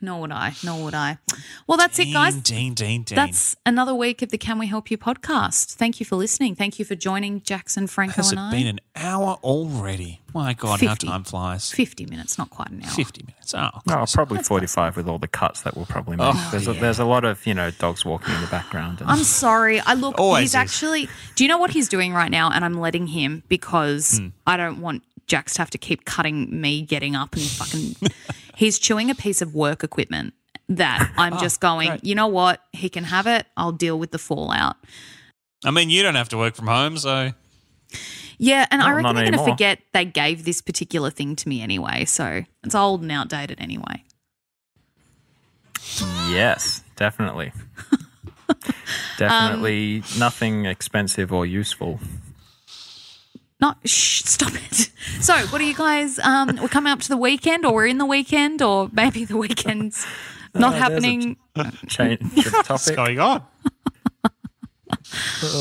Nor would I. Nor would I. Well, that's it, guys.
Dean, Dean, Dean, Dean.
That's another week of the Can We Help You podcast. Thank you for listening. Thank you for joining Jackson, Franco,
Has it
and I.
been an hour already? My God, how
50.
time flies.
50 minutes, not quite an hour.
Fifty minutes. Oh,
No, probably 45 with all the cuts that we'll probably make. there's, a, there's a lot of, you know, dogs walking in the background. And
Oh, I'm sorry. I look,
Always
he's
is.
actually. Do you know what he's doing right now? And I'm letting him because
Hmm.
I don't want Jax to have to keep cutting me getting up and
[laughs]
fucking. he's chewing a piece of work equipment that
Oh,
I'm just going, you know what? He can have it. I'll deal with the fallout.
I mean, you don't have to work from home, so
Yeah. And I
Well,
reckon
not
they're going to
anymore.
forget they gave this particular thing to me anyway. So it's old and outdated anyway.
yes,
[laughs]
definitely. definitely
Um,
nothing expensive or useful.
Not shh, stop it. [laughs] So, what are you guys? Um, we're coming up to the weekend, or we're in the weekend, or maybe the
[laughs]
weekend's not
Oh, there's a-
happening.
Change of
what's
topic.
going on?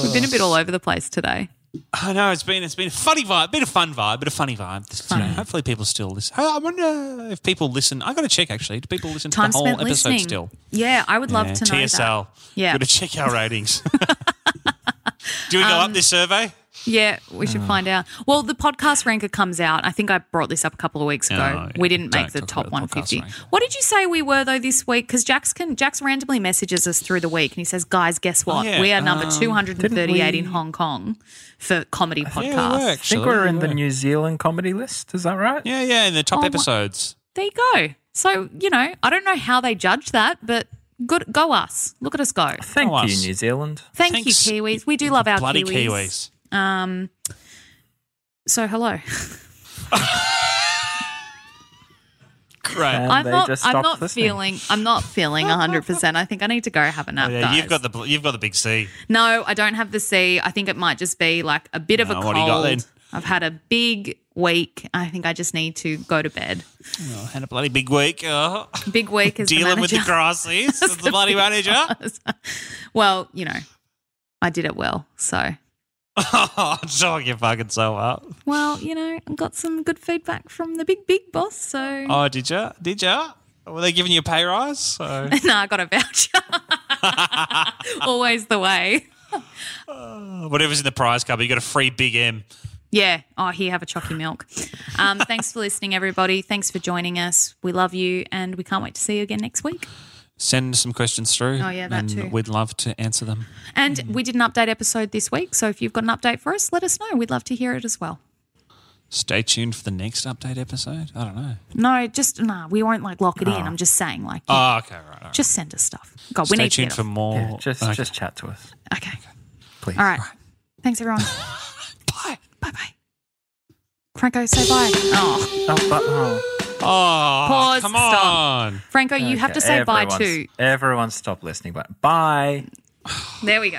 We've been a bit all over the place today.
I know it's been it's been a funny vibe, bit of fun vibe, bit of funny vibe. This, today. Hopefully, people still listen. Hey, I wonder if people listen. I got to check actually. Do people listen
Time
to the whole
spent
episode
listening.
still?
Yeah, I would love
Yeah,
to know
TSL.
that. Yeah.
Got to check our
[laughs]
ratings. Do we go
Um,
up this survey?
Yeah, we
Mm.
should find out. Well, the podcast ranker comes out. I think I brought this up a couple of weeks ago.
Oh, yeah.
We didn't
Don't
make the
talk
top
about the podcast
150.
ranker.
What did you say we were though this week? Because Jax can Jax randomly messages us through the week and he says, "Guys, guess what?
yeah,
We are number
um,
238 in Hong Kong for comedy
Yeah, we
podcasts."
were,
I think
actually.
we're in the
We were.
New Zealand comedy list. Is that right?
Yeah, yeah, in the top
Oh, wha-
episodes.
there you go. So you know, I don't know how they judge that, but good, go us. Look at us go.
Thank
Oh,
you,
us.
New Zealand.
Thank
Thanks,
you, Kiwis. We do love our
Bloody Kiwis.
Um, so hello.
Great.
[laughs]
And
I'm
they
not.
just
I'm
stopped
not
listening.
feeling. I'm not feeling 100. percent I think I need to go have a nap.
Oh, yeah,
guys.
you've got the bl- you've got the big C.
No, I don't have the C. I think it might just be like a bit of a
No,
cold.
what do you got then?
I've had a big week. I think I just need to go to bed.
Oh, had a bloody big week. Oh,
Big week is
dealing with the
[laughs]
grasses. as the bloody manager. [laughs]
well, you know, I did it well. So,
oh, dog, you fucking so up.
well, you know, I got some good feedback from the big big boss. So, [laughs]
Oh, did ya? Did ya? Were they giving you a pay rise? So
[laughs] no, I got a voucher. [laughs] Always the way.
whatever's in the prize cupboard, you got a free Big M.
Yeah. Oh, here, have a chalky milk. Um, thanks for listening, everybody. Thanks for joining us. We love you, and we can't wait to see you again next week.
Send some questions through.
Oh, yeah, that
and
too.
We'd love to answer them.
And we did an update episode this week, so if you've got an update for us, let us know. We'd love to hear it as well.
Stay tuned for the next update episode. I don't know.
No, just nah. We won't like lock it in. I'm just saying, like,
Oh, okay, right. all right.
just send us stuff. God,
Stay
we need
tuned
to
for
get off.
more.
Yeah, just,
okay.
just chat to us.
Okay.
Please.
All right. Thanks, everyone.
[laughs] Bye.
bye bye. Franco, say bye. Oh,
Oh, but, oh.
Oh,
Pause,
come
stop.
on.
Franco, you have to
Okay,
say bye
everyone's-
too.
Everyone stop listening. But bye.
There we go.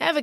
Ever